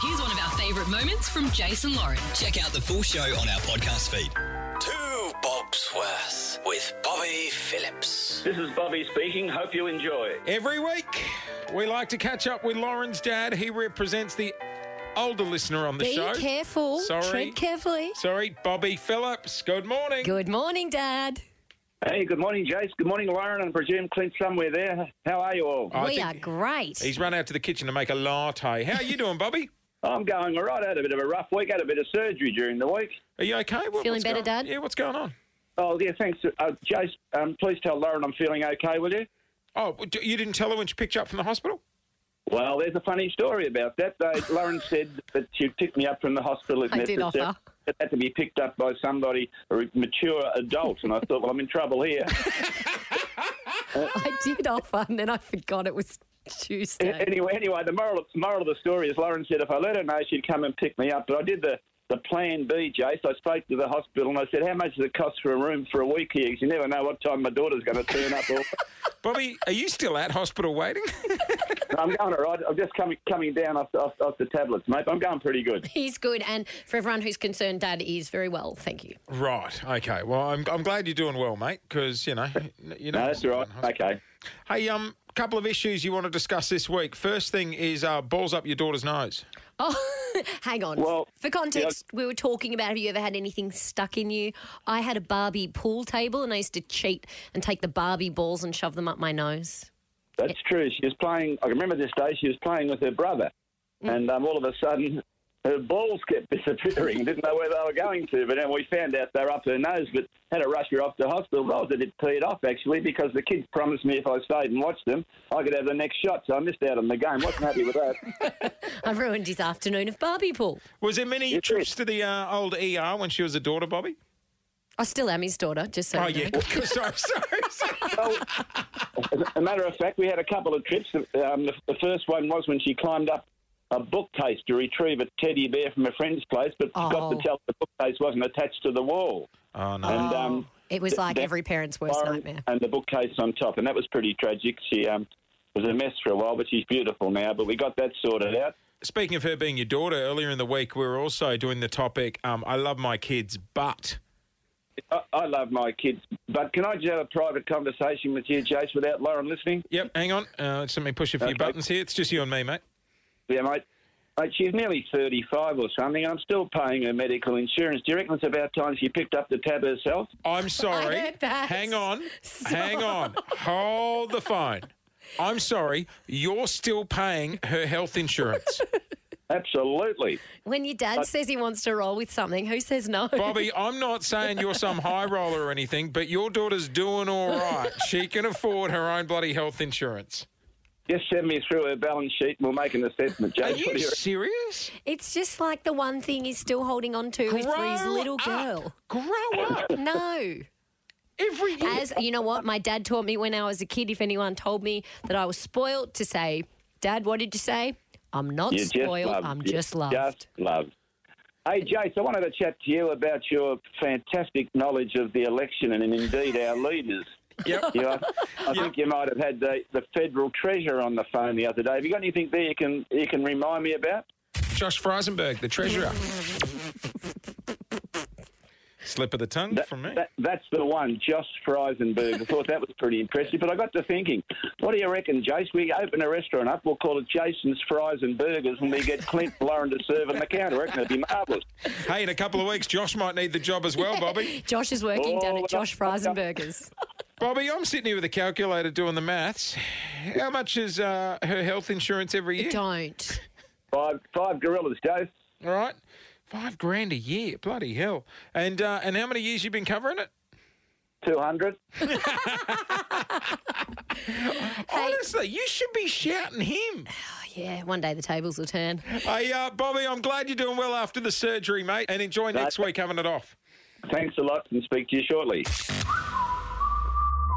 Here's one of our favourite moments from Jason Lauren. Check out the full show on our podcast feed. Two Bob's Worth with Bobby Phillips. This is Bobby speaking. Hope you enjoy. Every week, we like to catch up with Lauren's dad. He represents the older listener on the Be show. careful. Sorry. Tread carefully. Sorry, Bobby Phillips. Good morning. Good morning, Dad. Hey, good morning, Jace. Good morning, Lauren, and I presume Clint somewhere there. How are you all? I we think are great. He's run out to the kitchen to make a latte. How are you doing, Bobby? I'm going all right. I had a bit of a rough week. had a bit of surgery during the week. Are you okay? What- Feeling what's better, going- Dad? Yeah, what's going on? Oh, yeah, thanks. Uh, Jace, um, please tell Lauren I'm feeling okay, will you? Oh, d- you didn't tell her when she picked you up from the hospital? Well, there's a funny story about that. They, Lauren said that she'd pick me up from the hospital if I did necessary. offer. It had to be picked up by somebody, a mature adult, and I thought, well, I'm in trouble here. I did offer, and then I forgot it was Tuesday. Anyway, anyway, the moral the moral of the story is Lauren said if I let her know, she'd come and pick me up. But I did the the plan B, Jace. I spoke to the hospital and I said, "How much does it cost for a room for a week here? 'Cause you never know what time my daughter's going to turn up." Or, Bobby, are you still at hospital waiting? No, I'm going all right. I'm just coming coming down off, the- off off the tablets, mate. I'm going pretty good. He's good, and for everyone who's concerned, Dad is very well. Thank you. right. Okay. Well, I'm, I'm glad you're doing well, mate, because, you know, you know. No, that's all right. Okay. Hey, um, couple of issues you want to discuss this week. First thing is uh, balls up your daughter's nose. Oh, hang on. Well, for context, we were talking about have you ever had anything stuck in you? I had a Barbie pool table, and I used to cheat and take the Barbie balls and shove them up my nose. That's true. She was playing. I can remember this day. She was playing with her brother, and um, all of a sudden, her balls kept disappearing. Didn't know where they were going to, but then we found out they were up her nose. But had to rush her off to hospital. I was a bit peed off actually because the kids promised me if I stayed and watched them, I could have the next shot. So I missed out on the game. wasn't happy with that. I ruined his afternoon of Barbie pool. Was there many Yes, trips to the uh, old ER when she was a daughter, Bobby? I still am his daughter, just so Oh, you yeah. know. sorry, sorry, sorry. Well, as a matter of fact, we had a couple of trips. Um, the, the first one was when she climbed up a bookcase to retrieve a teddy bear from a friend's place, but forgot Oh. to tell the bookcase wasn't attached to the wall. Oh, no. And um, It was like that- every parent's Oh, worst Byron nightmare. And the bookcase on top, and that was pretty tragic. She um, was a mess for a while, but she's beautiful now. But we got that sorted out. Speaking of her being your daughter, earlier in the week, we were also doing the topic um, I love my kids, but. I, I love my kids, but can I just have a private conversation with you, Jace, without Lauren listening? Yep, hang on. Uh, just let me push a few Okay. buttons here. It's just you and me, mate. Yeah, mate. Mate, she's nearly 35 or something. I'm still paying her medical insurance. Do you reckon it's about time she picked up the tab herself? I'm sorry. heard that. Hang on. Sorry. Hang on. Hold the phone. I'm sorry. You're still paying her health insurance. Absolutely. When your dad says he wants to roll with something, who says no? Bobby, I'm not saying you're some high roller or anything, but your daughter's doing all right. She can afford her own bloody health insurance. Just send me through her balance sheet and we'll make an assessment, Are Jace. What you do you serious? It's just like the one thing he's still holding on to is for his Grow little up. girl. Grow up. No. Every year. As you know what, my dad taught me when I was a kid, if anyone told me that I was spoilt, to say, Dad, what did you say? I'm not You're just spoiled, loved. I'm You're just loved. Just loved. Hey, Jace, I wanted to chat to you about your fantastic knowledge of the election and indeed our leaders. Yep. You know, I think you might have had the, the federal treasurer on the phone the other day. Have you got anything there you can you can remind me about? Josh Freisenberg, the treasurer. Slip of the tongue That- from me. that- that's the one, Josh Freisenberg. I thought that was pretty impressive. But I got to thinking, what do you reckon, Jace? We open a restaurant up, we'll call it Jason's Fries and Burgers, and we get Clint Lauren to serve on the counter. I reckon it'd be marvellous. Hey, in a couple of weeks, Josh might need the job as well, Bobby. Josh is working down Oh, at Josh well, Fries and Burgers. Bobby, I'm sitting here with a calculator doing the maths. How much is uh, her health insurance every year? Don't. Five, five gorillas, Jace. All right. Five grand a year. Bloody hell. And uh, and how many years you been covering it? 200. Honestly, you should be shouting him. Oh, yeah, one day the tables will turn. Hey, uh, Bobby, I'm glad you're doing well after the surgery, mate, and enjoy next week having it off. Thanks a lot and speak to you shortly.